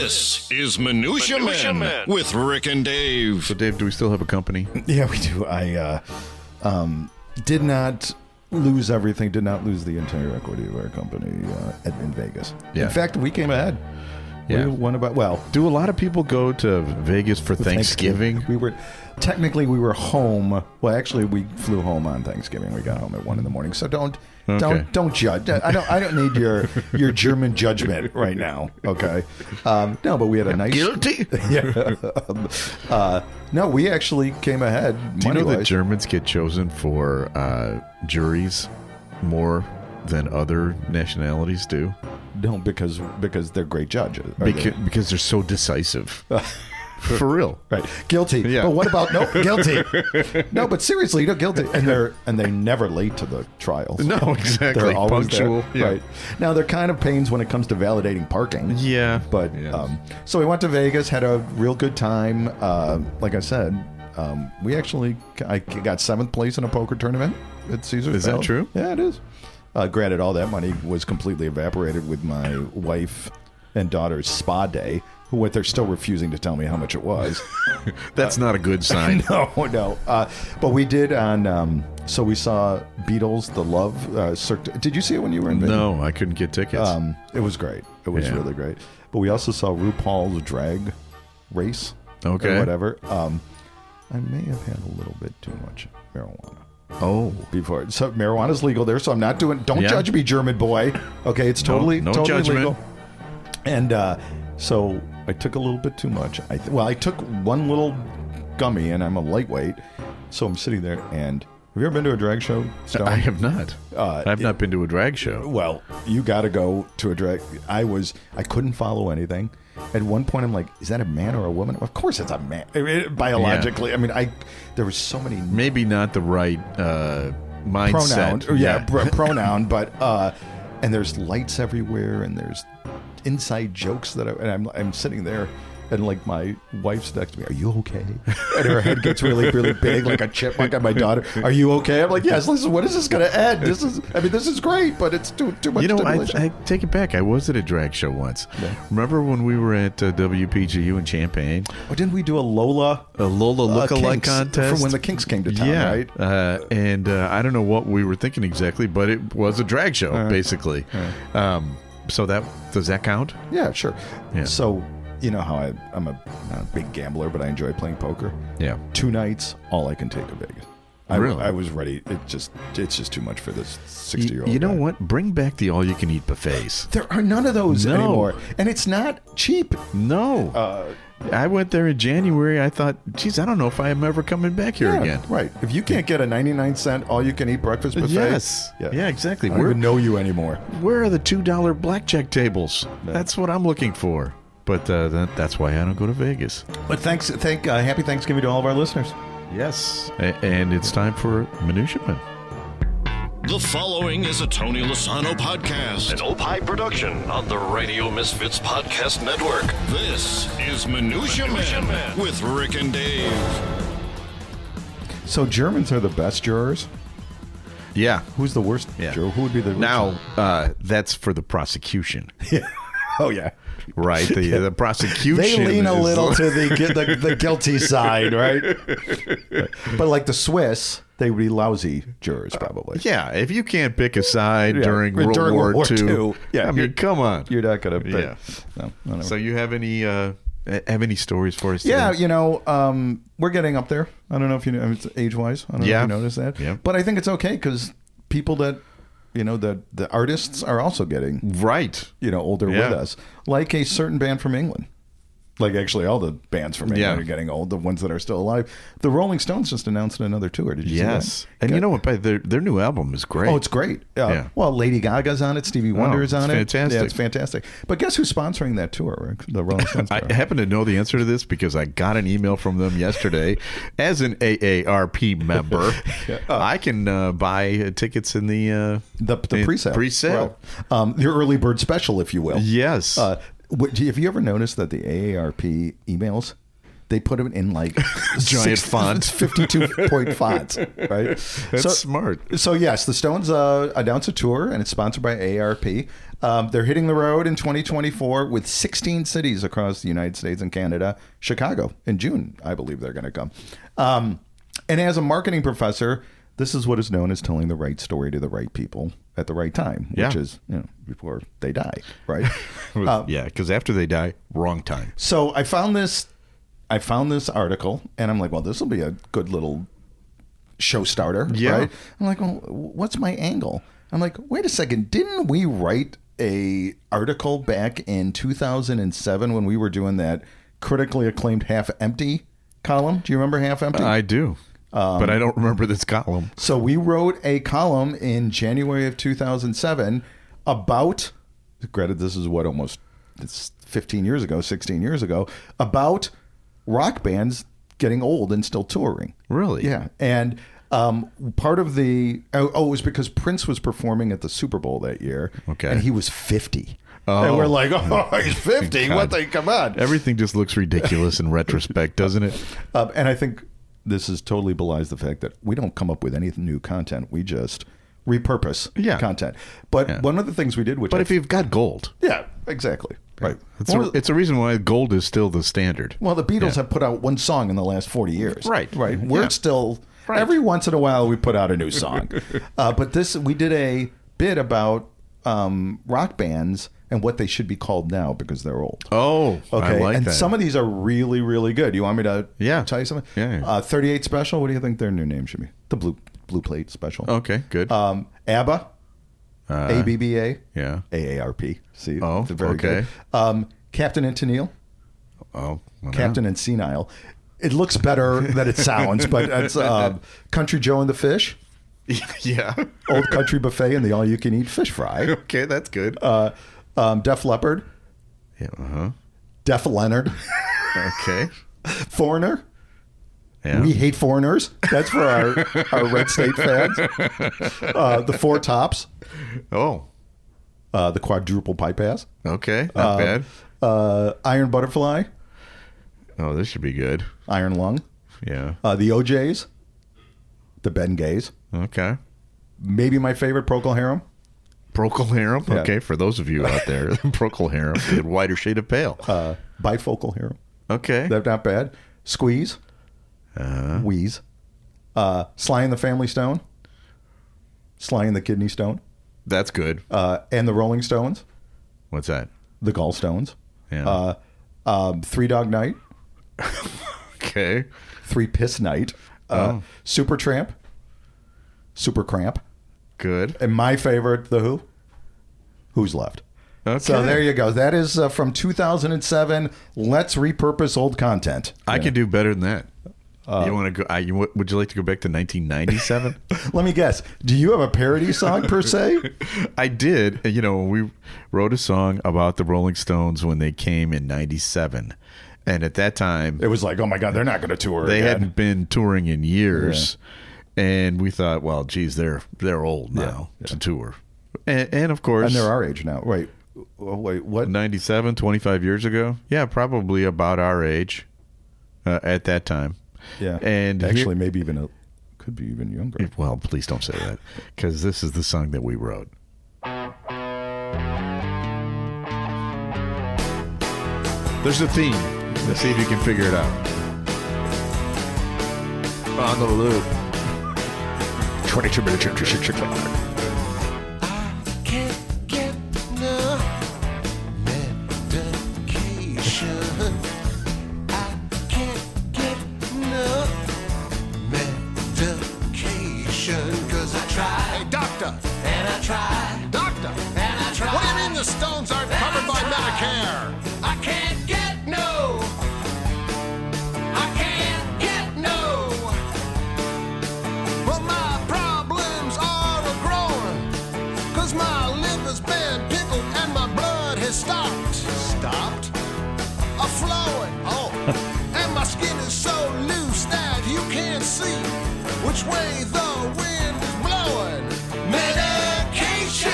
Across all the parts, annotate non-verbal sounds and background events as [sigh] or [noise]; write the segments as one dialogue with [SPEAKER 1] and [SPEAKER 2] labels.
[SPEAKER 1] This is Minutia,
[SPEAKER 2] Minutia
[SPEAKER 1] Men,
[SPEAKER 2] Men.
[SPEAKER 1] with Rick and Dave.
[SPEAKER 3] So, Dave, do we still have a
[SPEAKER 4] [laughs]
[SPEAKER 3] company?
[SPEAKER 4] Yeah, we do. I uh, um, did not lose everything. Did not lose the entire equity of our company uh, at, in Vegas.
[SPEAKER 3] Yeah.
[SPEAKER 4] In fact, we came ahead.
[SPEAKER 3] Yeah.
[SPEAKER 4] We won about well
[SPEAKER 3] Do a lot of people go to Vegas for Thanksgiving?
[SPEAKER 4] We were technically we were home. Well, actually, we flew home on Thanksgiving. We got home at one in the morning. So don't
[SPEAKER 3] Okay.
[SPEAKER 4] don't don't judge. I don't I don't need your your German judgment right now. Okay. Um, no, but we had a nice
[SPEAKER 3] Guilty?
[SPEAKER 4] [laughs] Yeah. Um, uh, no, we actually came ahead.
[SPEAKER 3] Do you know that
[SPEAKER 4] money-wise.
[SPEAKER 3] Germans get chosen for uh, juries more than other nationalities do?
[SPEAKER 4] No, because because they're great judges. Or
[SPEAKER 3] Beca-
[SPEAKER 4] they're-
[SPEAKER 3] because they're so
[SPEAKER 4] [laughs]
[SPEAKER 3] decisive. for real.
[SPEAKER 4] right, guilty.
[SPEAKER 3] Yeah.
[SPEAKER 4] But what
[SPEAKER 3] [laughs]
[SPEAKER 4] about no guilty? no, but seriously, no guilty. And they're and they're never late to the trials.
[SPEAKER 3] No, exactly.
[SPEAKER 4] They're always
[SPEAKER 3] Punctual.
[SPEAKER 4] there.
[SPEAKER 3] Yeah.
[SPEAKER 4] Right now, they're kind of pains when it comes to validating parking.
[SPEAKER 3] Yeah.
[SPEAKER 4] But
[SPEAKER 3] Yes.
[SPEAKER 4] um, so we went to Vegas, had a real good time. Uh, like I said, um, we actually I got seventh place in a poker tournament at Caesar's.
[SPEAKER 3] Is that true?
[SPEAKER 4] Yeah, it is. Uh, granted, all that money was completely evaporated with my wife and daughter's spa day, who what they're still refusing to tell me how much
[SPEAKER 3] [laughs]
[SPEAKER 4] it was. [laughs]
[SPEAKER 3] That's not a good sign.
[SPEAKER 4] no, no. Uh, but we did on. Um, so we saw Beatles, The Love. Uh, Cirque, du- did you see it when you were in Vegas?
[SPEAKER 3] no, I couldn't get tickets.
[SPEAKER 4] Um, it was great. It was
[SPEAKER 3] Yeah.
[SPEAKER 4] really great. But we also saw RuPaul's drag race. or
[SPEAKER 3] Okay.
[SPEAKER 4] whatever. Um, I may have had a little bit too much marijuana
[SPEAKER 3] oh.
[SPEAKER 4] before. So marijuana's legal there, so I'm not doing. Don't
[SPEAKER 3] Yeah.
[SPEAKER 4] judge me, German boy. Okay, it's totally
[SPEAKER 3] no
[SPEAKER 4] totally
[SPEAKER 3] judgment.
[SPEAKER 4] legal. And uh, so I took a little bit too much. I th- well, I took one little gummy, and I'm a lightweight, so I'm sitting there. And have you ever been to a drag show? Stone?
[SPEAKER 3] I have not.
[SPEAKER 4] Uh,
[SPEAKER 3] I've not been to a drag show.
[SPEAKER 4] well, you got to go to a drag. I was, I couldn't follow anything. At one point, I'm like, is that a man or a woman? Of course, it's a man. I mean, biologically, I mean, I there was so many
[SPEAKER 3] Maybe not the right uh,
[SPEAKER 4] pronoun,
[SPEAKER 3] mindset.
[SPEAKER 4] or yeah,
[SPEAKER 3] [laughs]
[SPEAKER 4] pr- pronoun, but uh, and there's lights everywhere, and there's inside jokes that I, and I'm I'm sitting there. And like my wife's next to me, are you okay? And her head gets really, really big, like a chipmunk on my daughter. Are you okay? I'm like, yes. Listen, when is this going to end? This is, I mean, this is great, but it's too, too much.
[SPEAKER 3] you know, I,
[SPEAKER 4] stimulation.
[SPEAKER 3] I take it back. I was at a drag show once. Remember when we were at uh, WPGU in Champaign?
[SPEAKER 4] Oh, didn't we do a Lola
[SPEAKER 3] A Lola
[SPEAKER 4] uh,
[SPEAKER 3] lookalike
[SPEAKER 4] Kinks
[SPEAKER 3] contest
[SPEAKER 4] for when the Kinks came to town?
[SPEAKER 3] yeah,
[SPEAKER 4] right.
[SPEAKER 3] uh, and uh, I don't know what we were thinking exactly, but it was a drag show
[SPEAKER 4] Uh-huh.
[SPEAKER 3] basically. Um, so that does that count?
[SPEAKER 4] Yeah, sure.
[SPEAKER 3] Yeah.
[SPEAKER 4] So you know how I, I'm a, not a big gambler, but I enjoy playing poker.
[SPEAKER 3] Yeah.
[SPEAKER 4] Two nights, all I can take of Vegas. I,
[SPEAKER 3] Really?
[SPEAKER 4] I was ready. It just it's just too much for this sixty year
[SPEAKER 3] You,
[SPEAKER 4] old.
[SPEAKER 3] you know what? Bring back the all-you-can-eat buffets.
[SPEAKER 4] There are none of those
[SPEAKER 3] No.
[SPEAKER 4] anymore, and it's not cheap.
[SPEAKER 3] No,
[SPEAKER 4] Uh,
[SPEAKER 3] I went there in January. I thought, geez, I don't know if I am ever coming back here
[SPEAKER 4] yeah,
[SPEAKER 3] again.
[SPEAKER 4] right? If you can't get a ninety nine cent all you can eat breakfast buffet,
[SPEAKER 3] Yes. Yeah, exactly.
[SPEAKER 4] I don't
[SPEAKER 3] We're-
[SPEAKER 4] even know you anymore.
[SPEAKER 3] Where are the two dollar blackjack tables? That's what I'm looking for. But uh, that, that's why I don't go to Vegas.
[SPEAKER 4] But thanks, thank uh, happy Thanksgiving to all of our listeners.
[SPEAKER 3] Yes, A- and it's time for Minutia Man.
[SPEAKER 1] The following is a Tony Lasano
[SPEAKER 2] An
[SPEAKER 1] podcast.
[SPEAKER 2] Opie production on the Radio Misfits Podcast Network.
[SPEAKER 1] This is Minutia,
[SPEAKER 2] Minutia
[SPEAKER 1] Men,
[SPEAKER 2] Men.
[SPEAKER 1] with Rick and Dave.
[SPEAKER 4] So Germans are the best jurors.
[SPEAKER 3] Yeah.
[SPEAKER 4] Who's the worst
[SPEAKER 3] Yeah.
[SPEAKER 4] juror? Who would be the
[SPEAKER 3] Now uh, that's for the prosecution,
[SPEAKER 4] Oh yeah,
[SPEAKER 3] right?
[SPEAKER 4] [laughs]
[SPEAKER 3] The, the prosecution.
[SPEAKER 4] they lean a
[SPEAKER 3] is- [laughs]
[SPEAKER 4] little to the, gu- the the guilty side, right? but like the Swiss, they would be lousy jurors probably.
[SPEAKER 3] Yeah, if you can't pick a side during, World, War II,
[SPEAKER 4] yeah,
[SPEAKER 3] I mean, come on.
[SPEAKER 4] you're not gonna. Pick.
[SPEAKER 3] Yeah.
[SPEAKER 4] No, no, no.
[SPEAKER 3] So you have any uh, have any stories for us?
[SPEAKER 4] yeah,
[SPEAKER 3] today?
[SPEAKER 4] you know, um, we're getting up there. I don't know if you know I mean, it's age-wise. I don't
[SPEAKER 3] Yeah.
[SPEAKER 4] know if you noticed that.
[SPEAKER 3] Yeah.
[SPEAKER 4] But I think it's okay because people that, you know, the the artists are also getting
[SPEAKER 3] Right.
[SPEAKER 4] you know, older
[SPEAKER 3] Yeah.
[SPEAKER 4] with us, like a certain band from England. Like actually, all the bands from England
[SPEAKER 3] Yeah.
[SPEAKER 4] are getting old. The ones that are still alive. The Rolling Stones just announced another tour. Did you?
[SPEAKER 3] Yes.
[SPEAKER 4] see that?
[SPEAKER 3] And you
[SPEAKER 4] Got-
[SPEAKER 3] know what? By their their new album is great.
[SPEAKER 4] oh, it's great. Uh,
[SPEAKER 3] Yeah. Oh,
[SPEAKER 4] Well, Lady Gaga's on it. Stevie Wonder is
[SPEAKER 3] it's
[SPEAKER 4] on it.
[SPEAKER 3] fantastic.
[SPEAKER 4] Yeah, it's fantastic. But guess who's sponsoring that tour? Rick? The
[SPEAKER 3] [laughs]
[SPEAKER 4] Rolling Stones.
[SPEAKER 3] I
[SPEAKER 4] tour.
[SPEAKER 3] happen to know the answer to this because I got an email from them
[SPEAKER 4] [laughs]
[SPEAKER 3] yesterday. As an AARP member, I can uh, buy uh, tickets in the uh,
[SPEAKER 4] the the
[SPEAKER 3] in
[SPEAKER 4] pre-sale,
[SPEAKER 3] Pre-sale.
[SPEAKER 4] Well, um, your early bird special, if Uh, you will.
[SPEAKER 3] Yes.
[SPEAKER 4] Uh, what, do you- have you ever noticed that the AARP emails? They put them in like
[SPEAKER 3] [laughs] Giant font.
[SPEAKER 4] [laughs] fifty-two
[SPEAKER 3] [laughs]
[SPEAKER 4] point fonts, right?
[SPEAKER 3] That's smart.
[SPEAKER 4] So yes, the Stones uh, announced a tour, and it's sponsored by ARP. Um, they're hitting the road in 2024 with 16 cities across the United States and Canada. Chicago in June, I believe they're going to come. Um, and as a marketing professor, this is what is known as telling the right story to the right people at the right time, which
[SPEAKER 3] Yeah.
[SPEAKER 4] is you know before they die,
[SPEAKER 3] [laughs]
[SPEAKER 4] right?
[SPEAKER 3] Was-
[SPEAKER 4] uh,
[SPEAKER 3] yeah, because after they die, wrong time.
[SPEAKER 4] So I found this, I found this article, and I'm like, well, this will be a good little show starter.
[SPEAKER 3] Yeah.
[SPEAKER 4] Right? I'm like, well, what's my angle? I'm like, wait a second, didn't we write a article back in 2007 when we were doing that critically acclaimed half empty column? Do you remember half empty?
[SPEAKER 3] I do,
[SPEAKER 4] Um,
[SPEAKER 3] but I don't remember this column.
[SPEAKER 4] So we wrote a column in January of 2007 about, granted, this is what almost it's 15 years ago, 16 years ago, about rock bands getting old and still touring.
[SPEAKER 3] Really?
[SPEAKER 4] Yeah. And um, part of the, oh, oh, it was because Prince was performing at the Super Bowl that year.
[SPEAKER 3] Okay.
[SPEAKER 4] And he was 50.
[SPEAKER 3] Oh.
[SPEAKER 4] And we're like, [laughs] oh, he's 50.
[SPEAKER 3] God.
[SPEAKER 4] What the, come on.
[SPEAKER 3] Everything just looks ridiculous
[SPEAKER 4] [laughs]
[SPEAKER 3] in retrospect, doesn't it?
[SPEAKER 4] Um, and I think this is totally belies the fact that we don't come up with any new content. We just repurpose
[SPEAKER 3] Yeah.
[SPEAKER 4] content. But
[SPEAKER 3] Yeah.
[SPEAKER 4] one of the things we did, which
[SPEAKER 3] But
[SPEAKER 4] I-
[SPEAKER 3] if you've got gold,
[SPEAKER 4] yeah, exactly, right.
[SPEAKER 3] it's a,
[SPEAKER 4] One of the-
[SPEAKER 3] it's a reason why gold is still the standard.
[SPEAKER 4] well, the Beatles
[SPEAKER 3] Yeah.
[SPEAKER 4] have put out one song in the last forty years,
[SPEAKER 3] Right.
[SPEAKER 4] Right. We're
[SPEAKER 3] Yeah.
[SPEAKER 4] still
[SPEAKER 3] Right.
[SPEAKER 4] every once in a while we put out a
[SPEAKER 3] [laughs]
[SPEAKER 4] new song, uh, but this we did a bit about um, rock bands and what they should be called now because they're old.
[SPEAKER 3] Oh,
[SPEAKER 4] Okay,
[SPEAKER 3] I like
[SPEAKER 4] and
[SPEAKER 3] that.
[SPEAKER 4] some of these are really, really good. You want me to
[SPEAKER 3] Yeah.
[SPEAKER 4] tell you something?
[SPEAKER 3] Yeah, yeah.
[SPEAKER 4] Uh, 38 Special, what do you think their new name should be? The Blue blue Plate Special.
[SPEAKER 3] okay, good. Uh,
[SPEAKER 4] Um, ABBA, ABBA,
[SPEAKER 3] yeah.
[SPEAKER 4] AARP. See,
[SPEAKER 3] Oh,
[SPEAKER 4] it's very
[SPEAKER 3] okay.
[SPEAKER 4] good. Um, Captain and Tennille,
[SPEAKER 3] oh, well,
[SPEAKER 4] Captain and Senile. It looks better than it sounds,
[SPEAKER 3] [laughs]
[SPEAKER 4] but it's um, Country Joe and the Fish,
[SPEAKER 3] yeah.
[SPEAKER 4] Old Country Buffet, and the All You Can Eat Fish Fry.
[SPEAKER 3] [laughs] Okay, that's good.
[SPEAKER 4] Uh, um, Def Leppard,
[SPEAKER 3] yeah, uh-huh.
[SPEAKER 4] Def Leonard, [laughs]
[SPEAKER 3] [laughs] Okay.
[SPEAKER 4] Foreigner.
[SPEAKER 3] Yeah.
[SPEAKER 4] We hate foreigners. That's for our, our red state fans. Uh, the four tops,
[SPEAKER 3] oh,
[SPEAKER 4] uh, the quadruple pie pass,
[SPEAKER 3] okay, not bad.
[SPEAKER 4] uh, iron butterfly,
[SPEAKER 3] Oh, this should be good.
[SPEAKER 4] iron lung,
[SPEAKER 3] Yeah.
[SPEAKER 4] uh, the OJs, the Ben Gays,
[SPEAKER 3] Okay.
[SPEAKER 4] maybe my favorite Procol Harum,
[SPEAKER 3] Procol Harum.
[SPEAKER 4] Yeah.
[SPEAKER 3] Okay, for those of you out [laughs] there, Procol Harum, the whiter shade of pale.
[SPEAKER 4] uh, bifocal Harum.
[SPEAKER 3] okay.
[SPEAKER 4] They're not bad. Squeeze,
[SPEAKER 3] Uh,
[SPEAKER 4] wheeze, uh, Sly and the Family Stone, Sly and the Kidney Stone,
[SPEAKER 3] that's good.
[SPEAKER 4] uh, and the Rolling Stones,
[SPEAKER 3] What's that?
[SPEAKER 4] the Gallstones,
[SPEAKER 3] Yeah.
[SPEAKER 4] uh, um, Three Dog Night.
[SPEAKER 3] okay.
[SPEAKER 4] Three Piss Night,
[SPEAKER 3] Oh.
[SPEAKER 4] uh, Super Tramp, Super Cramp,
[SPEAKER 3] Good.
[SPEAKER 4] and my favorite, The Who. Who's left?
[SPEAKER 3] Okay.
[SPEAKER 4] So there you go. That is uh, from 2007. Let's repurpose old content.
[SPEAKER 3] I could do better than that. you want to go? I, you, would you like to go back to [laughs] 1997?
[SPEAKER 4] Let me guess. Do you have a parody song
[SPEAKER 3] [laughs]
[SPEAKER 4] per se?
[SPEAKER 3] I did. You know, we wrote a song about the Rolling Stones when they came in '97, and at that time
[SPEAKER 4] It was like, oh my God, they're not going to tour.
[SPEAKER 3] they
[SPEAKER 4] again.
[SPEAKER 3] hadn't been touring in years, and we thought, well, geez, they're they're old now to tour, and, and of course,
[SPEAKER 4] and they're our age now. Wait, oh, wait, what?
[SPEAKER 3] 97, 25 years ago. Yeah, probably about our age uh, at that time.
[SPEAKER 4] Yeah,
[SPEAKER 3] and here-
[SPEAKER 4] actually, maybe even a, could be even younger.
[SPEAKER 3] Well, please don't say that because this is the song that we wrote. There's a theme. Let's see if you can figure it out. On the loop. 22 minutes.
[SPEAKER 5] Can't get no medication. I can't get no medication. Cause I tried, doctor, and I tried, doctor, and I tried. What do you mean the stones aren't covered by Medicare? I can't get no. I can't get no. But my problems are a growing. Cause my liver's been pickled and my blood has stopped. Stopped? A flowing. Oh. and my skin is so loose that you can't see which way the wind is blowing. Medication!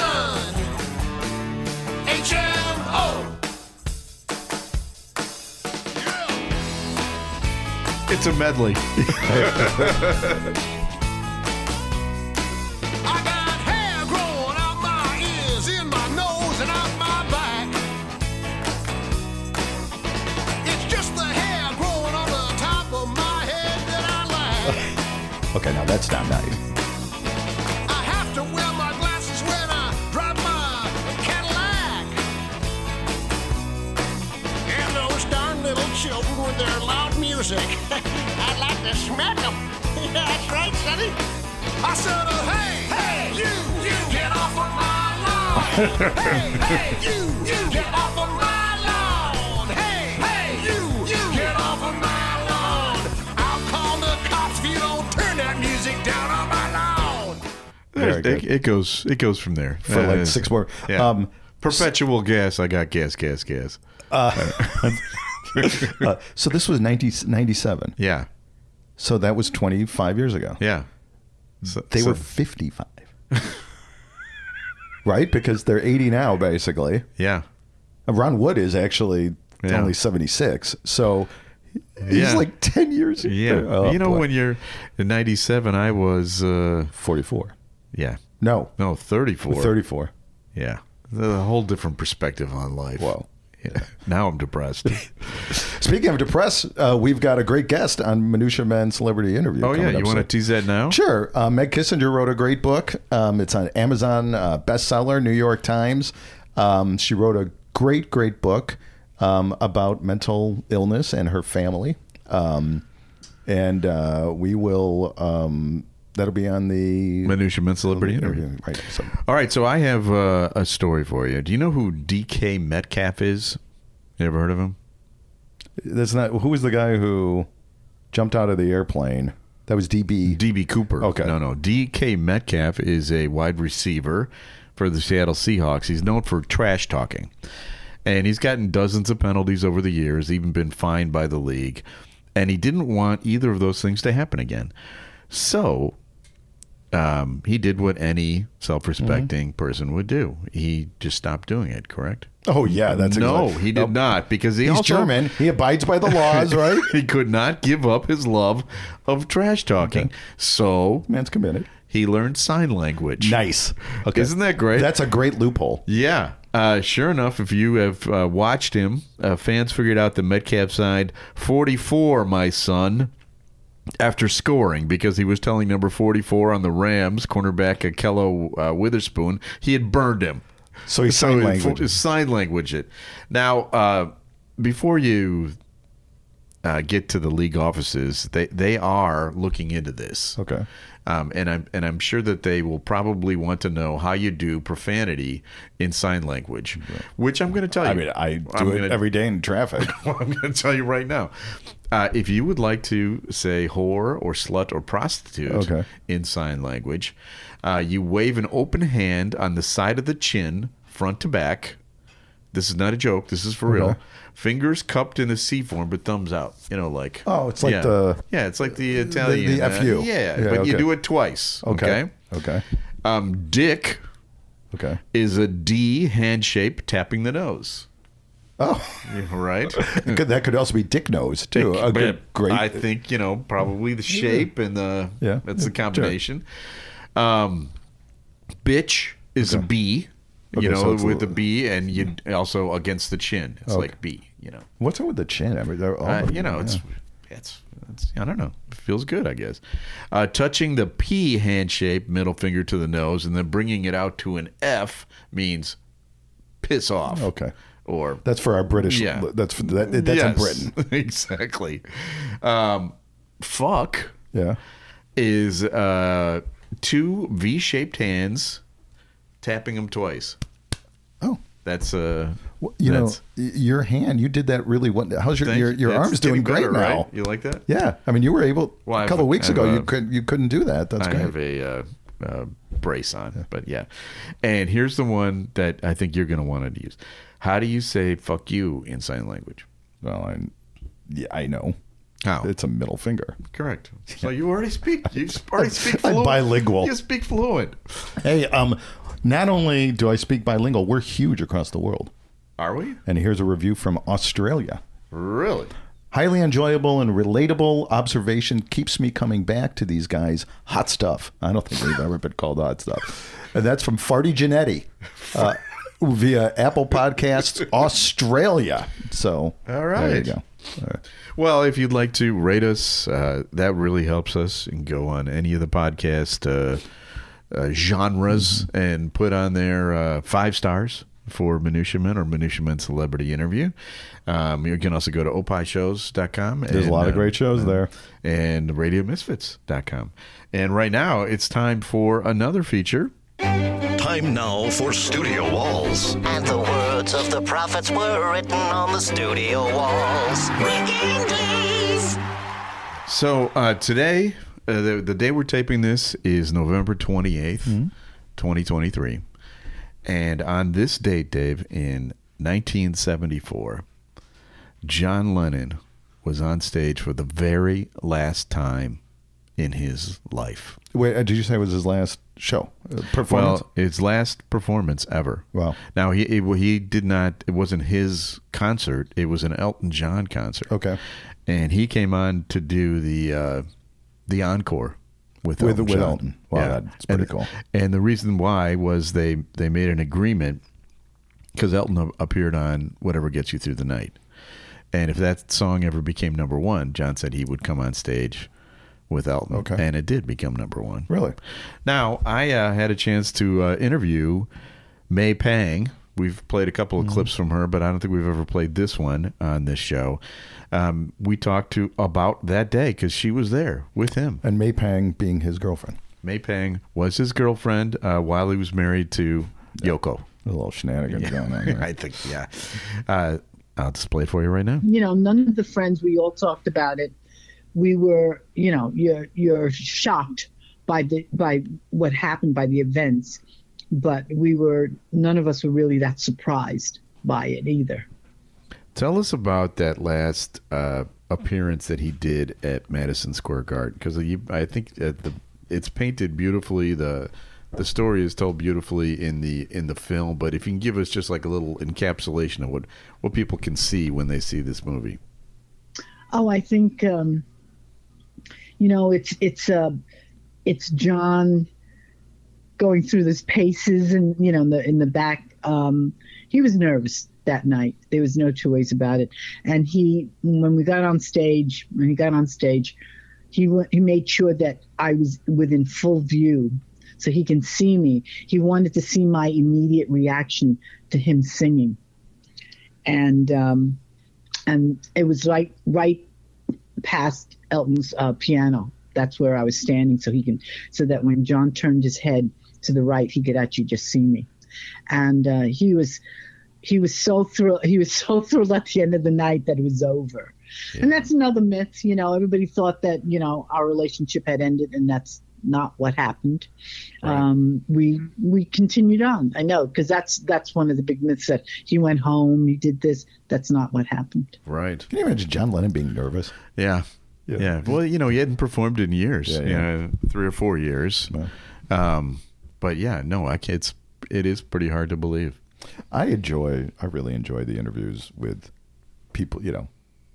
[SPEAKER 5] HMO! Yeah.
[SPEAKER 3] It's a medley.
[SPEAKER 5] I got hair growing out my ears, in my nose, and out my back. It's just the hair growing on the top of my head that I lack.
[SPEAKER 4] Okay, now that's not nice.
[SPEAKER 5] I have to wear my glasses when I drive my Cadillac. And those darn little children with their loud music. [laughs] I'd like to smack [laughs] them. That's right, Sonny. I said, uh, hey, hey, you, you, get off of my lawn. hey, hey, you, you, get off of my lawn. Hey, hey, you, you, get off of my lawn. I'll call the cops if you don't turn that music down on my lawn.
[SPEAKER 4] Very
[SPEAKER 3] There's-
[SPEAKER 4] good.
[SPEAKER 3] it, it goes. It goes from there
[SPEAKER 4] for
[SPEAKER 3] Uh,
[SPEAKER 4] like six more.
[SPEAKER 3] Yeah.
[SPEAKER 4] Um,
[SPEAKER 3] Perpetual gas. I got gas, gas, gas.
[SPEAKER 4] uh, so this was 90, 97.
[SPEAKER 3] Yeah,
[SPEAKER 4] So that was 25 years ago.
[SPEAKER 3] yeah. So,
[SPEAKER 4] They
[SPEAKER 3] so-
[SPEAKER 4] were 55. right? Because they're 80 now, basically.
[SPEAKER 3] Yeah,
[SPEAKER 4] And Ron Wood is actually
[SPEAKER 3] Yeah.
[SPEAKER 4] only 76. So he's
[SPEAKER 3] Yeah.
[SPEAKER 4] like 10 years.
[SPEAKER 3] yeah.
[SPEAKER 4] Oh,
[SPEAKER 3] you know
[SPEAKER 4] boy.
[SPEAKER 3] when you're in '97, I was. uh
[SPEAKER 4] 44.
[SPEAKER 3] Yeah.
[SPEAKER 4] No,
[SPEAKER 3] No, 34.
[SPEAKER 4] 34.
[SPEAKER 3] Yeah. A whole different perspective on life.
[SPEAKER 4] Whoa.
[SPEAKER 3] Yeah. Now I'm
[SPEAKER 4] [laughs]
[SPEAKER 3] depressed.
[SPEAKER 4] Speaking of depressed, uh, we've got a great guest on Minutia Men Celebrity Interview.
[SPEAKER 3] oh, yeah.
[SPEAKER 4] coming up
[SPEAKER 3] You want to
[SPEAKER 4] soon.
[SPEAKER 3] tease that now?
[SPEAKER 4] Sure. Uh, Meg Kissinger wrote a great book. Um, it's on Amazon uh, bestseller, New York Times. Um, she wrote a great, great book um, about mental illness and her family. Um, and uh, we will, um, that'll be on the
[SPEAKER 3] Minutia Men Celebrity Interview.
[SPEAKER 4] Right.
[SPEAKER 3] [laughs]
[SPEAKER 4] So,
[SPEAKER 3] All right. So I have uh, a story for you. Do you know who DK Metcalf is? You ever heard of him?
[SPEAKER 4] that's not, who was the guy who jumped out of the airplane? That was DB.
[SPEAKER 3] DB Cooper.
[SPEAKER 4] Okay.
[SPEAKER 3] No, no. DK Metcalf is a wide receiver for the Seattle Seahawks. He's known for trash talking. And he's gotten dozens of penalties over the years, even been fined by the league. And he didn't want either of those things to happen again. So um, he did what any self respecting
[SPEAKER 4] Mm-hmm.
[SPEAKER 3] person would do. He just stopped doing it, correct?
[SPEAKER 4] oh, yeah. That's
[SPEAKER 3] no,
[SPEAKER 4] exactly-
[SPEAKER 3] he did
[SPEAKER 4] Nope.
[SPEAKER 3] not because he
[SPEAKER 4] He's
[SPEAKER 3] also
[SPEAKER 4] German. He abides by the laws, right?
[SPEAKER 3] [laughs] he could not give up his love of trash talking. So
[SPEAKER 4] Man's committed.
[SPEAKER 3] he learned sign language.
[SPEAKER 4] Nice. Okay.
[SPEAKER 3] Isn't that great?
[SPEAKER 4] That's a great loophole.
[SPEAKER 3] yeah. Uh, sure enough, if you have uh, watched him, uh, fans figured out the Metcalf signed 44, my son, after scoring because he was telling number 44 on the Rams, cornerback Akello uh, Witherspoon, he had burned him.
[SPEAKER 4] So he's sign
[SPEAKER 3] he
[SPEAKER 4] language.
[SPEAKER 3] fo- sign language it. Now, uh, before you uh, get to the league offices, they, they are looking into this.
[SPEAKER 4] Okay.
[SPEAKER 3] Um, and I'm and I'm sure that they will probably want to know how you do profanity in sign language, which I'm going to tell you.
[SPEAKER 4] I mean, I do
[SPEAKER 3] I'm
[SPEAKER 4] it
[SPEAKER 3] gonna-
[SPEAKER 4] every day in traffic.
[SPEAKER 3] [laughs] I'm going to tell you right now. Uh, if you would like to say whore or slut or prostitute
[SPEAKER 4] Okay.
[SPEAKER 3] in sign language, uh, you wave an open hand on the side of the chin, front to back. This is not a joke. This is for real. Fingers cupped in a C form, but thumbs out. You know, like
[SPEAKER 4] [laughs] Oh, it's like
[SPEAKER 3] yeah.
[SPEAKER 4] the-
[SPEAKER 3] yeah, it's like the Italian uh,
[SPEAKER 4] the FU.
[SPEAKER 3] yeah,
[SPEAKER 4] Yeah,
[SPEAKER 3] but you
[SPEAKER 4] okay.
[SPEAKER 3] do it twice. Okay.
[SPEAKER 4] Okay. Okay.
[SPEAKER 3] Um, dick
[SPEAKER 4] Okay.
[SPEAKER 3] is a D hand shape tapping the nose.
[SPEAKER 4] Oh,
[SPEAKER 3] Yeah,
[SPEAKER 4] [laughs]
[SPEAKER 3] Right.
[SPEAKER 4] that could- that could also be dick nose too. A
[SPEAKER 3] But
[SPEAKER 4] good, great.
[SPEAKER 3] I think you know probably the shape and the
[SPEAKER 4] Yeah.
[SPEAKER 3] that's the
[SPEAKER 4] Yeah, sure.
[SPEAKER 3] combination. Um, bitch is a B, you
[SPEAKER 4] Okay,
[SPEAKER 3] know,
[SPEAKER 4] so it's a
[SPEAKER 3] with a
[SPEAKER 4] little-
[SPEAKER 3] B, and you also against the chin. It's like B, you know.
[SPEAKER 4] What's up with the chin? I mean, they're all,
[SPEAKER 3] Uh, you know, it's, it's it's I don't know. It feels good, I guess. Uh, touching the P hand shape, middle finger to the nose, and then bringing it out to an F means piss off.
[SPEAKER 4] Okay.
[SPEAKER 3] Or
[SPEAKER 4] that's for our British.
[SPEAKER 3] Yeah.
[SPEAKER 4] That's for, that, that's in Britain.
[SPEAKER 3] [laughs] exactly. Um, fuck
[SPEAKER 4] Yeah.
[SPEAKER 3] is uh, two V shaped hands tapping them twice.
[SPEAKER 4] Oh.
[SPEAKER 3] That's uh,
[SPEAKER 4] Well, you know,
[SPEAKER 3] that's-
[SPEAKER 4] y- your hand. You did that really. What? How's your
[SPEAKER 3] thank-
[SPEAKER 4] your, your
[SPEAKER 3] that's
[SPEAKER 4] arm's doing
[SPEAKER 3] getting
[SPEAKER 4] great
[SPEAKER 3] better,
[SPEAKER 4] now?
[SPEAKER 3] right? You like that?
[SPEAKER 4] Yeah. I mean, you were able
[SPEAKER 3] Well,
[SPEAKER 4] a
[SPEAKER 3] I've-
[SPEAKER 4] couple weeks
[SPEAKER 3] I've,
[SPEAKER 4] ago. you
[SPEAKER 3] uh,
[SPEAKER 4] could you couldn't do that. That's
[SPEAKER 3] I
[SPEAKER 4] great.
[SPEAKER 3] have a uh, uh, brace on, but yeah. And here's the one that I think you're going to want to use. How do you say "fuck you" in sign language?
[SPEAKER 4] well, I, yeah, I know.
[SPEAKER 3] How?
[SPEAKER 4] It's a middle finger.
[SPEAKER 3] Correct. [laughs] So you already speak. You already speak
[SPEAKER 4] [laughs] I'm
[SPEAKER 3] fluent.
[SPEAKER 4] bilingual.
[SPEAKER 3] You speak fluent.
[SPEAKER 4] Hey, um, not only do I speak bilingual, we're huge across the world.
[SPEAKER 3] Are we
[SPEAKER 4] And here's a review from Australia.
[SPEAKER 3] really?
[SPEAKER 4] Highly enjoyable and relatable observation keeps me coming back to these guys. Hot stuff. I don't think we've ever been called hot stuff. And that's from Farty Janetti uh, via Apple Podcasts Australia. So,
[SPEAKER 3] All
[SPEAKER 4] There you
[SPEAKER 3] right.
[SPEAKER 4] go. All right.
[SPEAKER 3] Well, if you'd like to rate us, uh, that really helps us. And go on any of the podcast uh, uh, genres and put on there uh, five stars for Minutia Men or Minutia Men Celebrity Interview. Um, you can also go to opishows.com.
[SPEAKER 4] There's a lot of great shows there.
[SPEAKER 3] uh, And radiomisfits.com. And right now, it's time for another feature.
[SPEAKER 2] Time now for Studio Walls.
[SPEAKER 6] And the words of the prophets were written on the studio walls.
[SPEAKER 3] So uh, today, uh, the, the day we're taping this is November 28th, 2023. And on this date, Dave, in 1974, John Lennon was on stage for the very last time in his life.
[SPEAKER 4] Wait, uh, did you say it was his last show? Uh, performance?
[SPEAKER 3] Well, his last performance ever.
[SPEAKER 4] Wow.
[SPEAKER 3] Now he it, he did not. It wasn't his concert. It was an Elton John concert.
[SPEAKER 4] Okay.
[SPEAKER 3] And he came on to do the uh, the encore with
[SPEAKER 4] With-
[SPEAKER 3] Elton
[SPEAKER 4] with
[SPEAKER 3] John.
[SPEAKER 4] Elton. Wow, that's pretty
[SPEAKER 3] and,
[SPEAKER 4] cool.
[SPEAKER 3] And the reason why was they they made an agreement because Elton a- appeared on Whatever Gets You Through the Night. And if that song ever became number one, John said he would come on stage with Elton.
[SPEAKER 4] Okay.
[SPEAKER 3] And it did become number one.
[SPEAKER 4] really?
[SPEAKER 3] Now, I uh, had a chance to uh, interview May Pang. We've played a couple of clips from her, but I don't think we've ever played this one on this show. Um, we talked to about that day because she was there with him.
[SPEAKER 4] And May Pang being his girlfriend.
[SPEAKER 3] May Pang was his girlfriend uh, while he was married to Yoko.
[SPEAKER 4] A little shenanigans going on
[SPEAKER 3] [laughs]
[SPEAKER 4] there.
[SPEAKER 3] I think, yeah. Uh, I'll just play it for you right now.
[SPEAKER 7] you know, none of the friends we all talked about it. We were, you know, you're you're shocked by the by what happened by the events, but we were none of us were really that surprised by it either.
[SPEAKER 3] Tell us about that last uh, appearance that he did at Madison Square Garden because I think that the it's painted beautifully. the The story is told beautifully in the in the film, but if you can give us just like a little encapsulation of what what people can see when they see this movie.
[SPEAKER 7] Oh, I think um, you know it's it's uh, it's John going through this paces and you know in the in the back. Um, he was nervous that night. There was no two ways about it. And he when we got on stage when he got on stage, he wa- he made sure that I was within full view. So he can see me. He wanted to see my immediate reaction to him singing, and um, and it was like right past Elton's uh, piano. That's where I was standing, so he can, so that when John turned his head to the right, he could actually just see me. And uh, he was, he was so thrilled. He was [laughs] so thrilled at the end of the night that it was over. And that's another myth, you know. Everybody thought that you know our relationship had ended, and that's not what happened. Um, we we continued on. I know because that's that's one of the big myths that he went home, he did this. That's not what happened.
[SPEAKER 3] Right.
[SPEAKER 4] Can you imagine John Lennon being nervous?
[SPEAKER 3] Yeah.
[SPEAKER 4] Yeah.
[SPEAKER 3] Yeah. Well, you know, he hadn't performed in years.
[SPEAKER 4] Yeah,
[SPEAKER 3] Yeah.
[SPEAKER 4] yeah.
[SPEAKER 3] three or four years. Um, but yeah, no, I can't, it's it is pretty hard to believe.
[SPEAKER 4] I enjoy, I really enjoy the interviews with people, you know,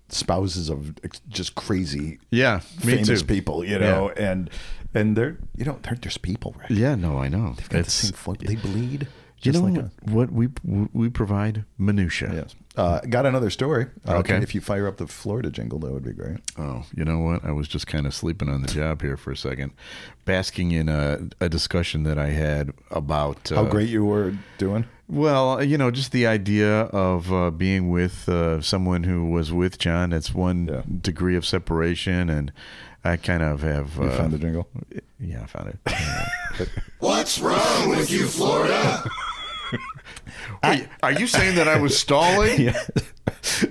[SPEAKER 4] spouses of ex- just crazy
[SPEAKER 3] Yeah, me
[SPEAKER 4] famous
[SPEAKER 3] too.
[SPEAKER 4] people, you know, and and they're, you know, they're just people, right?
[SPEAKER 3] Yeah, no, I know.
[SPEAKER 4] They've got the same fo- they bleed.
[SPEAKER 3] you
[SPEAKER 4] Just
[SPEAKER 3] know
[SPEAKER 4] like a,
[SPEAKER 3] what we we provide minutia.
[SPEAKER 4] yes. Uh, got another story. Uh,
[SPEAKER 3] Okay.
[SPEAKER 4] If you fire up the Florida jingle, that would be great.
[SPEAKER 3] Oh, you know what? I was just kind of sleeping on the job here for a second, basking in a, a discussion that I had about
[SPEAKER 4] How
[SPEAKER 3] uh,
[SPEAKER 4] great you were doing.
[SPEAKER 3] Well, you know, just the idea of uh, being with uh, someone who was with John. That's one
[SPEAKER 4] Yeah.
[SPEAKER 3] degree of separation, and I kind of have.
[SPEAKER 4] You
[SPEAKER 3] Uh,
[SPEAKER 4] found the jingle.
[SPEAKER 3] yeah, I found
[SPEAKER 4] [laughs]
[SPEAKER 3] it.
[SPEAKER 5] What's wrong with you, Florida?
[SPEAKER 3] Wait, are you saying that I was
[SPEAKER 4] [laughs]
[SPEAKER 3] stalling?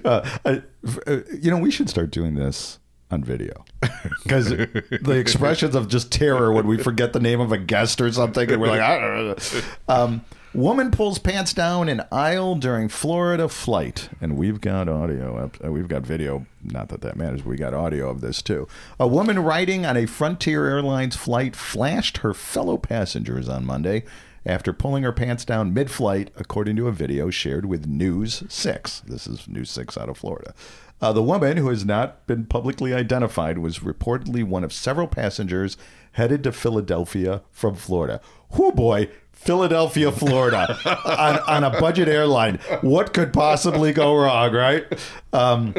[SPEAKER 4] uh, I- f- uh, you know, we should start doing this on video [laughs] because the expressions of just terror when we forget the name of a guest or something, and we're like, I don't know. Um, woman pulls pants down in aisle during Florida flight, and we've got audio. up- uh, We've got video. Not that that matters. We got audio of this too. A woman riding on a Frontier Airlines flight flashed her fellow passengers on Monday after pulling her pants down mid flight, according to a video shared with News 6. This is News 6 out of Florida. Uh, the woman, who has not been publicly identified, was reportedly one of several passengers headed to Philadelphia from Florida. Whoo, boy, Philadelphia, Florida, on, on a budget airline. What could possibly go wrong, right? Um,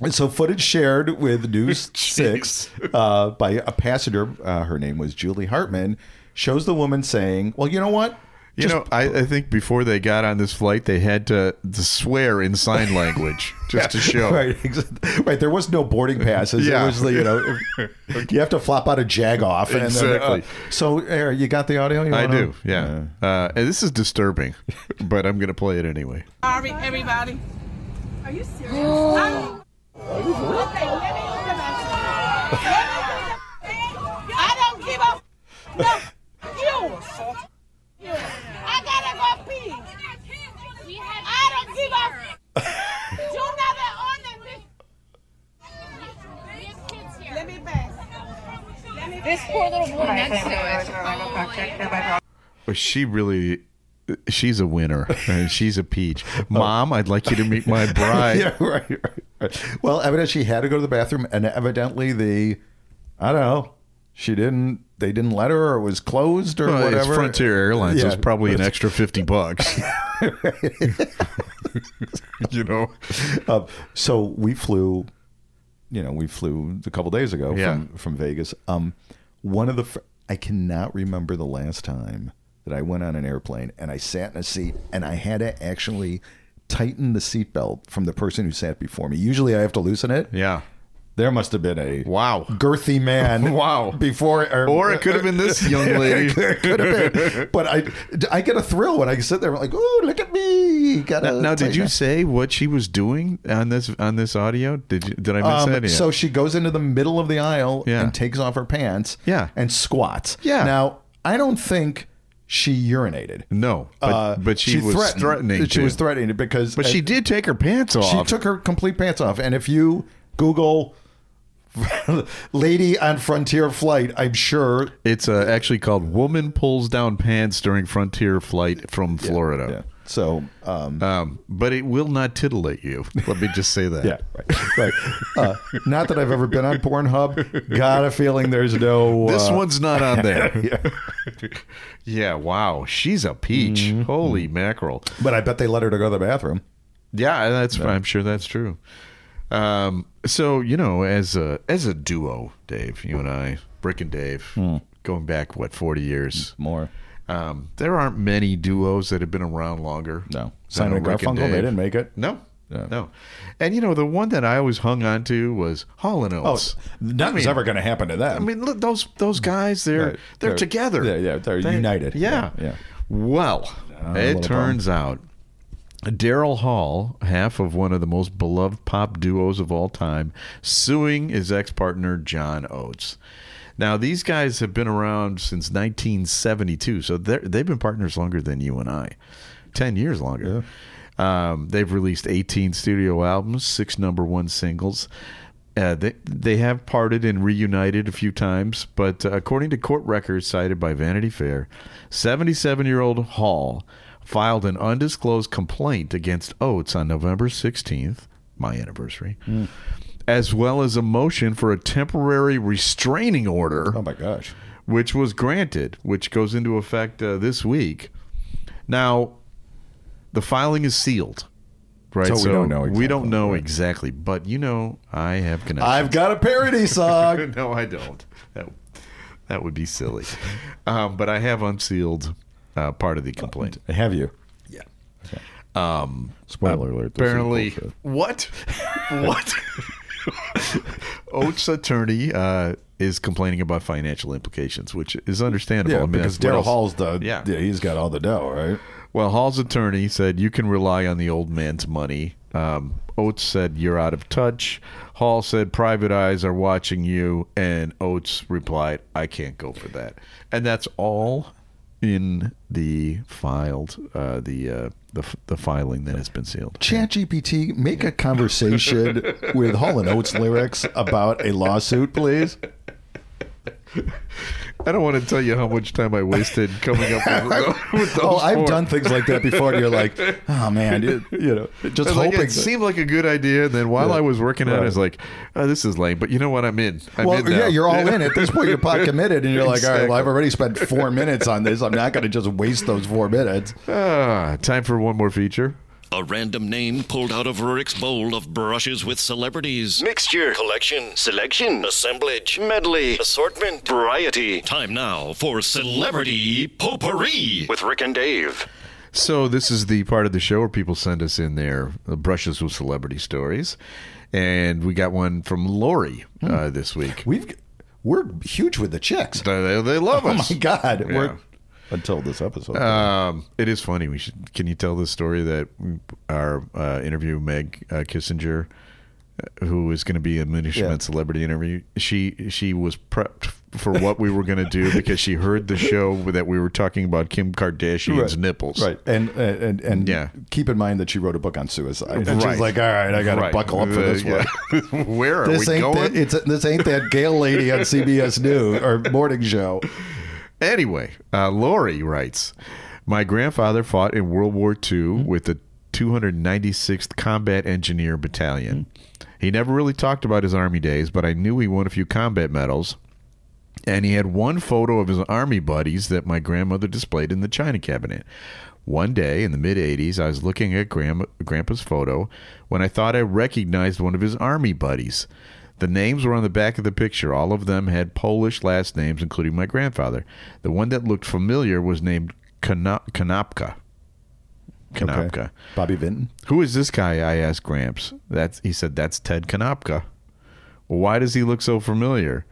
[SPEAKER 4] and so, footage shared
[SPEAKER 3] [laughs]
[SPEAKER 4] with News 6 uh, by a passenger, uh, her name was Julie Hartman, shows the woman saying, Well, you know what?
[SPEAKER 3] You know, I, I think before they got on this flight, they had to, to swear in sign language
[SPEAKER 4] [laughs]
[SPEAKER 3] just to show.
[SPEAKER 4] Right, ex- right. There was no boarding passes.
[SPEAKER 3] Yeah.
[SPEAKER 4] It was, the, you know,
[SPEAKER 3] [laughs]
[SPEAKER 4] you have to flop out a jag off. And Then,
[SPEAKER 3] Exactly.
[SPEAKER 4] uh, so, Eric, you got the audio? You
[SPEAKER 3] I
[SPEAKER 4] wanna-
[SPEAKER 3] do, yeah. Uh, and this is disturbing, [laughs] but I'm going to play it anyway.
[SPEAKER 8] Sorry, everybody.
[SPEAKER 9] Are you
[SPEAKER 8] [gasps]
[SPEAKER 9] serious? Oh. Okay, let me look at that. Let me look at that thing.
[SPEAKER 8] I don't give
[SPEAKER 9] [laughs]
[SPEAKER 8] a f- no f- you. F- you. I gotta go pee. I don't give a f- [laughs] you never on the Let me pass. Let me
[SPEAKER 9] This poor little boy next to us.
[SPEAKER 3] But she really, she's a winner. and she's a
[SPEAKER 4] [laughs]
[SPEAKER 3] peach. Mom, I'd like you to meet my bride.
[SPEAKER 4] [laughs] Oh. yeah, right, right, right. Well, evidently she had to go to the bathroom, and evidently the, I don't know, she didn't. They didn't let her, or it was closed, or
[SPEAKER 3] Well, uh, it's
[SPEAKER 4] whatever.
[SPEAKER 3] Frontier Airlines.
[SPEAKER 4] Yeah.
[SPEAKER 3] It's probably an extra
[SPEAKER 4] [laughs]
[SPEAKER 3] 50 bucks. you know?
[SPEAKER 4] Uh, so we flew, you know, we flew a couple days ago
[SPEAKER 3] Yeah.
[SPEAKER 4] from from Vegas. Um, one of the fir- I cannot remember the last time that I went on an airplane and I sat in a seat and I had to actually tighten the seatbelt from the person who sat before me. Usually I have to loosen it.
[SPEAKER 3] Yeah.
[SPEAKER 4] There must have been a
[SPEAKER 3] Wow.
[SPEAKER 4] girthy
[SPEAKER 3] [laughs]
[SPEAKER 4] man.
[SPEAKER 3] Wow.
[SPEAKER 4] Before or, [laughs]
[SPEAKER 3] Or it could have been this young lady. [laughs]
[SPEAKER 4] could have been. But I I get a thrill when I sit there like, "Ooh, look at me." Got
[SPEAKER 3] Now,
[SPEAKER 4] a
[SPEAKER 3] now, did
[SPEAKER 4] tight
[SPEAKER 3] you
[SPEAKER 4] neck."
[SPEAKER 3] say what she was doing on this on this audio? Did you, did I miss
[SPEAKER 4] Um,
[SPEAKER 3] that?
[SPEAKER 4] so she goes into the middle of the aisle
[SPEAKER 3] Yeah.
[SPEAKER 4] and takes off her pants
[SPEAKER 3] Yeah.
[SPEAKER 4] and squats.
[SPEAKER 3] Yeah.
[SPEAKER 4] Now, I don't think she urinated.
[SPEAKER 3] no, but,
[SPEAKER 4] Uh,
[SPEAKER 3] but she, was threatening.
[SPEAKER 4] She
[SPEAKER 3] to.
[SPEAKER 4] was threatening it because uh,
[SPEAKER 3] But she did take her pants off.
[SPEAKER 4] she took her complete pants off. And if you Google [laughs] lady on frontier flight, I'm sure
[SPEAKER 3] It's uh, actually called "Woman Pulls Down Pants During Frontier Flight from Florida,"
[SPEAKER 4] So, um,
[SPEAKER 3] um, but it will not titillate you. Let me just say that.
[SPEAKER 4] [laughs] yeah, right, right. Uh, not that I've ever been on Pornhub. Got a feeling there's no.
[SPEAKER 3] This
[SPEAKER 4] uh,
[SPEAKER 3] one's not on there.
[SPEAKER 4] [laughs] Yeah.
[SPEAKER 3] [laughs]
[SPEAKER 4] Mm-hmm.
[SPEAKER 3] yeah, wow, she's a peach. Holy mackerel!
[SPEAKER 4] But I bet they let her to go to the bathroom.
[SPEAKER 3] Yeah, that's. I'm sure that's true. Um, so you know, as a as a duo, Dave, you and I, Brick and Dave,
[SPEAKER 4] Hmm.
[SPEAKER 3] going back what 40 years.
[SPEAKER 4] More.
[SPEAKER 3] Um, there aren't many duos that have been around longer.
[SPEAKER 4] No.
[SPEAKER 3] than
[SPEAKER 4] Simon and
[SPEAKER 3] Rick
[SPEAKER 4] Garfunkel,
[SPEAKER 3] Dave.
[SPEAKER 4] they didn't make it.
[SPEAKER 3] No.
[SPEAKER 4] Yeah.
[SPEAKER 3] No. And you know, the one that I always hung on to was Hall and
[SPEAKER 4] Oh,
[SPEAKER 3] Oates.
[SPEAKER 4] nothing's
[SPEAKER 3] mean-
[SPEAKER 4] ever going to happen to them.
[SPEAKER 3] I mean, look, those those guys they're
[SPEAKER 4] Right.
[SPEAKER 3] they're,
[SPEAKER 4] They're-
[SPEAKER 3] together.
[SPEAKER 4] yeah, yeah, they're united.
[SPEAKER 3] Yeah.
[SPEAKER 4] Yeah, yeah.
[SPEAKER 3] Well,
[SPEAKER 4] little
[SPEAKER 3] it turns out Daryl Hall, half of one of the most beloved pop duos of all time, suing his ex-partner John Oates. Now, these guys have been around since 1972, so they're- they've been partners longer than you and I. 10 years longer. Um, they've released 18 studio albums, six number one singles. Uh, they, they have parted and reunited a few times, but uh, according to court records cited by Vanity Fair, 77 year old Hall filed an undisclosed complaint against Oates on November 16th, my anniversary, as well as a motion for a temporary restraining order
[SPEAKER 4] oh my gosh.
[SPEAKER 3] which was granted, which goes into effect uh, this week. Now, the filing is sealed, right?
[SPEAKER 4] So we don't know
[SPEAKER 3] We don't
[SPEAKER 4] exactly,
[SPEAKER 3] know
[SPEAKER 4] right.
[SPEAKER 3] exactly, but you know, I have connections.
[SPEAKER 4] I've got a [laughs] parody song.
[SPEAKER 3] [laughs] no, I don't. That that would be silly. um, but I have unsealed uh, part of the complaint.
[SPEAKER 4] Have you? Yeah. Um, Spoiler alert. this is
[SPEAKER 3] apparently
[SPEAKER 4] bullshit.
[SPEAKER 3] what what [laughs] oates attorney uh is complaining about financial implications which is understandable I
[SPEAKER 4] Yeah,
[SPEAKER 3] mean,
[SPEAKER 4] because
[SPEAKER 3] that's what
[SPEAKER 4] Daryl
[SPEAKER 3] else-
[SPEAKER 4] Hall's the.
[SPEAKER 3] Yeah.
[SPEAKER 4] Yeah. he's got all the dough, right?
[SPEAKER 3] well hall's attorney said you can rely on the old man's money um oates said you're out of touch hall said private eyes are watching you and oates replied i can't go for that and that's all in the filed uh the uh the, f- the filing that has been sealed
[SPEAKER 4] ChatGPT, make a [laughs] conversation with Hall and Oates lyrics about a lawsuit, please.
[SPEAKER 3] I don't want to tell you how much time I wasted coming up [laughs] with, with those
[SPEAKER 4] Oh, I've
[SPEAKER 3] four.
[SPEAKER 4] done things like that before. And you're like, oh man, you, you [laughs] know, just
[SPEAKER 3] I was like,
[SPEAKER 4] hoping.
[SPEAKER 3] it
[SPEAKER 4] that-
[SPEAKER 3] seemed like a good idea. And then while
[SPEAKER 4] Yeah.
[SPEAKER 3] I was working on it, I
[SPEAKER 4] Right.
[SPEAKER 3] was like, oh, this is lame. But you know what? I'm in. I'm
[SPEAKER 4] well,
[SPEAKER 3] in now.
[SPEAKER 4] yeah, you're all in at this point.
[SPEAKER 3] [laughs]
[SPEAKER 4] You're pot committed, and you're like, all right, well, I've
[SPEAKER 3] Exactly.
[SPEAKER 4] already spent four minutes on this. I'm not going to just waste those four minutes.
[SPEAKER 3] Ah, time for one more feature.
[SPEAKER 1] [laughs] A random name pulled out of Rurik's bowl of brushes with celebrities.
[SPEAKER 2] Mixture, collection, selection, assemblage, medley, assortment, variety.
[SPEAKER 1] Time now for Celebrity Potpourri.
[SPEAKER 2] With Rick and Dave.
[SPEAKER 3] So this is the part of the show where people send us in their uh, brushes with celebrity stories, and we got one from Lori
[SPEAKER 4] Hmm.
[SPEAKER 3] uh, this week.
[SPEAKER 4] We've we're huge with the chicks.
[SPEAKER 3] They, they- they love
[SPEAKER 4] Oh
[SPEAKER 3] us.
[SPEAKER 4] my god,
[SPEAKER 3] Yeah.
[SPEAKER 4] we're until this episode.
[SPEAKER 3] Um, it is funny. We should. Can you tell the story that our uh, interview Meg uh, Kissinger, uh, who is going to be a management
[SPEAKER 4] Yeah.
[SPEAKER 3] celebrity interview, she she was prepped for what we were going to do because she heard the show that we were talking about Kim Kardashian's
[SPEAKER 4] Right.
[SPEAKER 3] nipples.
[SPEAKER 4] Right, and and and
[SPEAKER 3] Yeah.
[SPEAKER 4] keep in mind that she wrote a book on suicide. And
[SPEAKER 3] Right.
[SPEAKER 4] she's like, all right, I got to
[SPEAKER 3] Right.
[SPEAKER 4] buckle up for
[SPEAKER 3] Uh,
[SPEAKER 4] this one.
[SPEAKER 3] yeah. Where [laughs] are
[SPEAKER 4] This
[SPEAKER 3] we
[SPEAKER 4] ain't
[SPEAKER 3] going?
[SPEAKER 4] that, it's this ain't that Gale lady on CBS News or morning show.
[SPEAKER 3] Anyway, uh, Lori writes My grandfather fought in World War II with the 296th Combat Engineer Battalion. He never really talked about his Army days, but I knew he won a few combat medals. And he had one photo of his Army buddies that my grandmother displayed in the china cabinet. One day in the mid 80s, I was looking at grandma, Grandpa's photo when I thought I recognized one of his Army buddies. The names were on the back of the picture. All of them had Polish last names, including my grandfather. The one that looked familiar was named Kana- Kanapka. Kanapka.
[SPEAKER 4] Bobby Vinton.
[SPEAKER 3] Who is this guy? I asked Gramps. That's he said that's Ted Kanopka. Well, why does he look so familiar?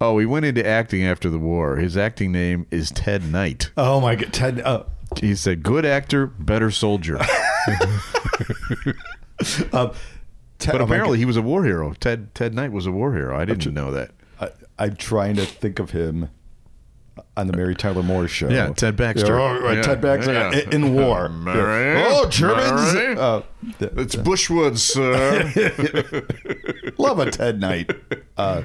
[SPEAKER 3] Oh, he went into acting after the war. His acting name is Ted Knight.
[SPEAKER 4] Oh my god, Ted. Uh,
[SPEAKER 3] He said, "Good actor, better
[SPEAKER 4] [laughs]
[SPEAKER 3] soldier."
[SPEAKER 4] uh, Ted
[SPEAKER 3] But
[SPEAKER 4] oh my
[SPEAKER 3] apparently, he was a war hero. Ted Ted Knight was a war hero. I didn't know that.
[SPEAKER 4] I, I'm trying to think of him on the Mary Tyler Moore show.
[SPEAKER 3] Yeah, Ted Baxter.
[SPEAKER 4] Yeah, oh, right,
[SPEAKER 3] Yeah,
[SPEAKER 4] Ted Baxter
[SPEAKER 3] yeah.
[SPEAKER 4] in- in war.
[SPEAKER 3] Uh, [laughs] Mary,
[SPEAKER 4] Yeah. oh, Germans!
[SPEAKER 3] Mary.
[SPEAKER 4] Uh, th-
[SPEAKER 3] It's Bushwood, sir.
[SPEAKER 4] love a Ted Knight. Uh,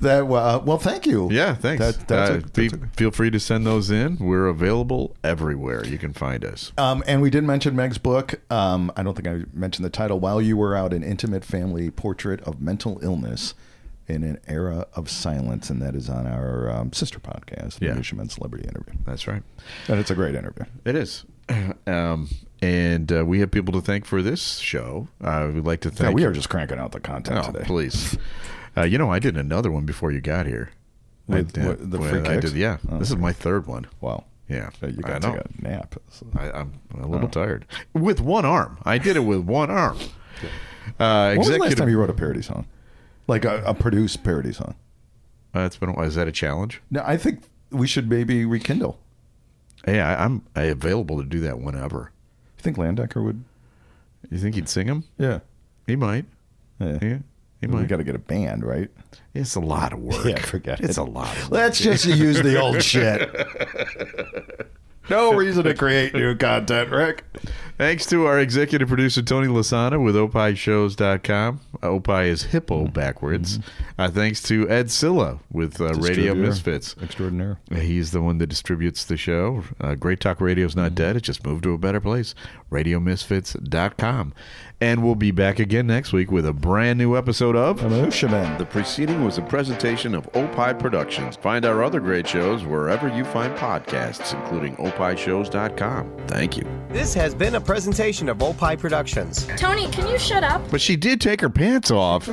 [SPEAKER 4] that uh, well, thank you.
[SPEAKER 3] [laughs] yeah, thanks.
[SPEAKER 4] That, that's
[SPEAKER 3] Uh,
[SPEAKER 4] it.
[SPEAKER 3] be-
[SPEAKER 4] That's it.
[SPEAKER 3] Feel free to send those in. We're available everywhere. You can find us.
[SPEAKER 4] Um, and we did mention Meg's book. Um, I don't think I mentioned the title. While you were out, an intimate family portrait of mental illness in an era of silence, and that is on our um, sister podcast,
[SPEAKER 3] Yeah.
[SPEAKER 4] the Fisherman Celebrity Interview,
[SPEAKER 3] That's right.
[SPEAKER 4] and it's a great interview.
[SPEAKER 3] It is. [clears throat] Um, and uh, we have people to thank for this show. Uh, we'd like to
[SPEAKER 4] Yeah,
[SPEAKER 3] thank.
[SPEAKER 4] we are just cranking out the content
[SPEAKER 3] Oh,
[SPEAKER 4] today.
[SPEAKER 3] please. Uh, you know, I did another one before you got here.
[SPEAKER 4] With-
[SPEAKER 3] I,
[SPEAKER 4] with the
[SPEAKER 3] well,
[SPEAKER 4] free
[SPEAKER 3] I
[SPEAKER 4] kicks?
[SPEAKER 3] did, yeah.
[SPEAKER 4] Oh,
[SPEAKER 3] this is my third one.
[SPEAKER 4] Wow.
[SPEAKER 3] Yeah,
[SPEAKER 4] So you
[SPEAKER 3] I
[SPEAKER 4] got to
[SPEAKER 3] know.
[SPEAKER 4] take a nap. So-
[SPEAKER 3] I, I'm a little
[SPEAKER 4] Oh.
[SPEAKER 3] tired. With one arm, I did it with one
[SPEAKER 4] [laughs]
[SPEAKER 3] arm. Uh,
[SPEAKER 4] When was the
[SPEAKER 3] executive.
[SPEAKER 4] last time you wrote a parody song? Like a, a produced parody song?
[SPEAKER 3] uh, it's been. a while. Is that a challenge?
[SPEAKER 4] No, I think we should maybe rekindle.
[SPEAKER 3] Yeah, I, I'm I available to do that whenever.
[SPEAKER 4] You think Landecker would?
[SPEAKER 3] You think he'd sing him?
[SPEAKER 4] Yeah.
[SPEAKER 3] He might.
[SPEAKER 4] Yeah. Mm-hmm.
[SPEAKER 3] Yeah, he
[SPEAKER 4] We
[SPEAKER 3] might.
[SPEAKER 4] got to get a band, right?
[SPEAKER 3] it's a lot of work. It's a lot. Of work.
[SPEAKER 4] Let's just use the old [laughs] shit. No reason to create new content, Rick.
[SPEAKER 3] Thanks to our executive producer, Tony Lasana with opishows.com. Uh, Opie is hippo backwards. Uh, thanks to Ed Silla with uh, Radio
[SPEAKER 4] Distributor
[SPEAKER 3] Misfits.
[SPEAKER 4] Extraordinaire.
[SPEAKER 3] He's the one that distributes the show. Uh, Great Talk Radio's not dead. It just moved to a better place. RadioMisfits.com. And we'll be back again next week with a brand new episode of.
[SPEAKER 4] Emotionman.
[SPEAKER 3] The preceding was a presentation of Opie Productions. Find our other great shows wherever you find podcasts, including opishows.com. Thank you.
[SPEAKER 10] This has been a presentation of Opie Productions.
[SPEAKER 9] Tony, can you shut up?
[SPEAKER 3] But she did take her pants off.